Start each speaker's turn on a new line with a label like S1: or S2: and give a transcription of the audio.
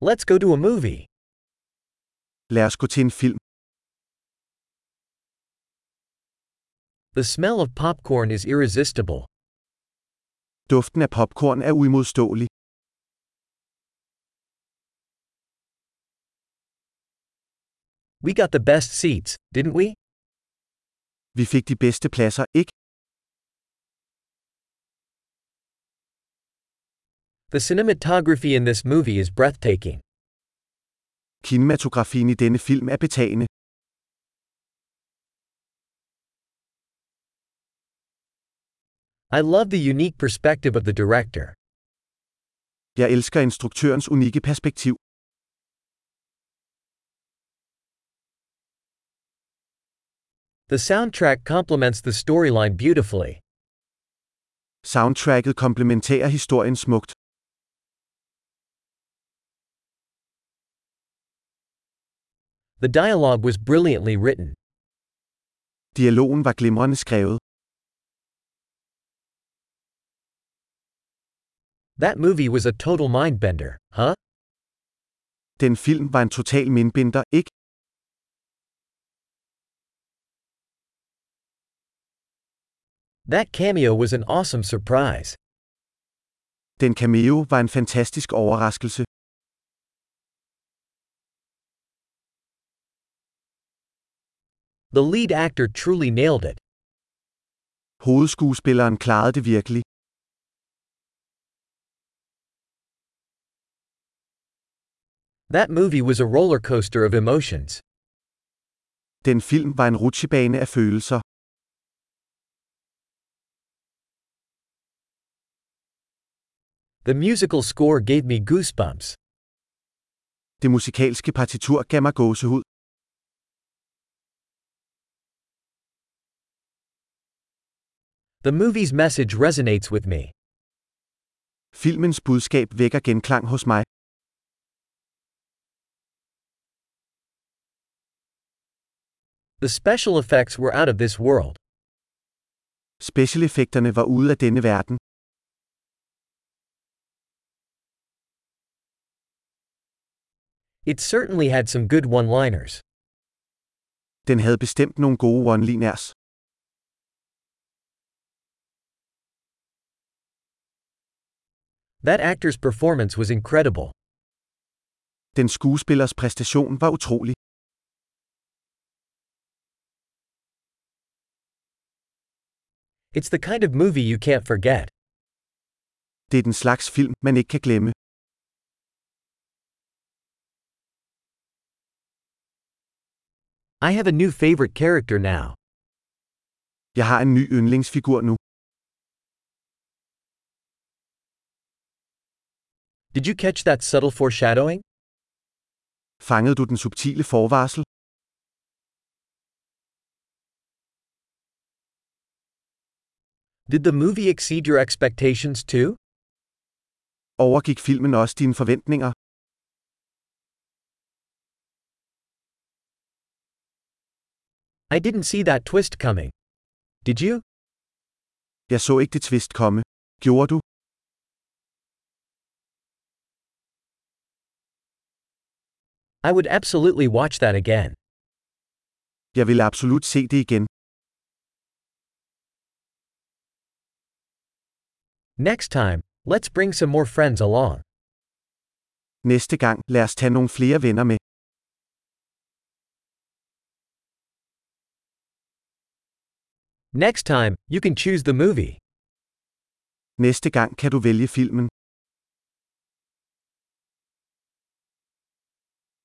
S1: Let's go to a movie.
S2: Lad os gå til en film.
S1: The smell of popcorn is irresistible.
S2: Duften af popcorn er uimodståelig.
S1: We got the best seats, didn't we?
S2: Vi fik de bedste pladser, ikke?
S1: The cinematography in this movie is breathtaking.
S2: Kinematografien i denne film er betagende.
S1: I love the unique perspective of the director.
S2: Jeg elsker instruktørens unikke perspektiv.
S1: The soundtrack complements the storyline beautifully.
S2: Soundtracket komplementerer historien smukt.
S1: The dialogue was brilliantly written.
S2: Dialogen var glimrende skrevet.
S1: That movie was a total mindbender, huh?
S2: Den film var en total mindbinder, ikke?
S1: That cameo was an awesome surprise.
S2: Den cameo var en fantastisk overraskelse.
S1: The lead actor truly nailed it.
S2: Hovedskuespilleren klarede det virkelig.
S1: That movie was a roller coaster of emotions.
S2: Den film var en rutsjebane af følelser.
S1: The musical score gave me goosebumps.
S2: Det musikalske partitur gav mig gåsehud.
S1: The movie's message resonates with me.
S2: Filmens budskab vækker genklang hos mig.
S1: The special effects were out of this world.
S2: Specialeffekterne var ude af denne verden.
S1: It certainly had some good one liners.
S2: Den havde bestemt nogle gode one-liners.
S1: That actor's performance was incredible.
S2: Den skuespillers præstation var utrolig.
S1: It's the kind of movie you can't forget.
S2: Det er den slags film, man ikke kan glemme.
S1: I have a new favorite character now.
S2: Jeg har en ny yndlingsfigur nu.
S1: Did you catch that subtle foreshadowing?
S2: Fangede du den subtile forvarsel?
S1: Did the movie exceed your expectations too?
S2: Overgik filmen også dine forventninger?
S1: I didn't see that twist coming. Did you?
S2: Jeg så ikke det twist komme. Gjorde du?
S1: I would absolutely watch that again.
S2: Jeg vil absolut se det igen.
S1: Next time, let's bring some more friends along.
S2: Næste gang, lad os tage nogle flere venner med.
S1: Next time, you can choose the movie.
S2: Næste gang kan du vælge filmen.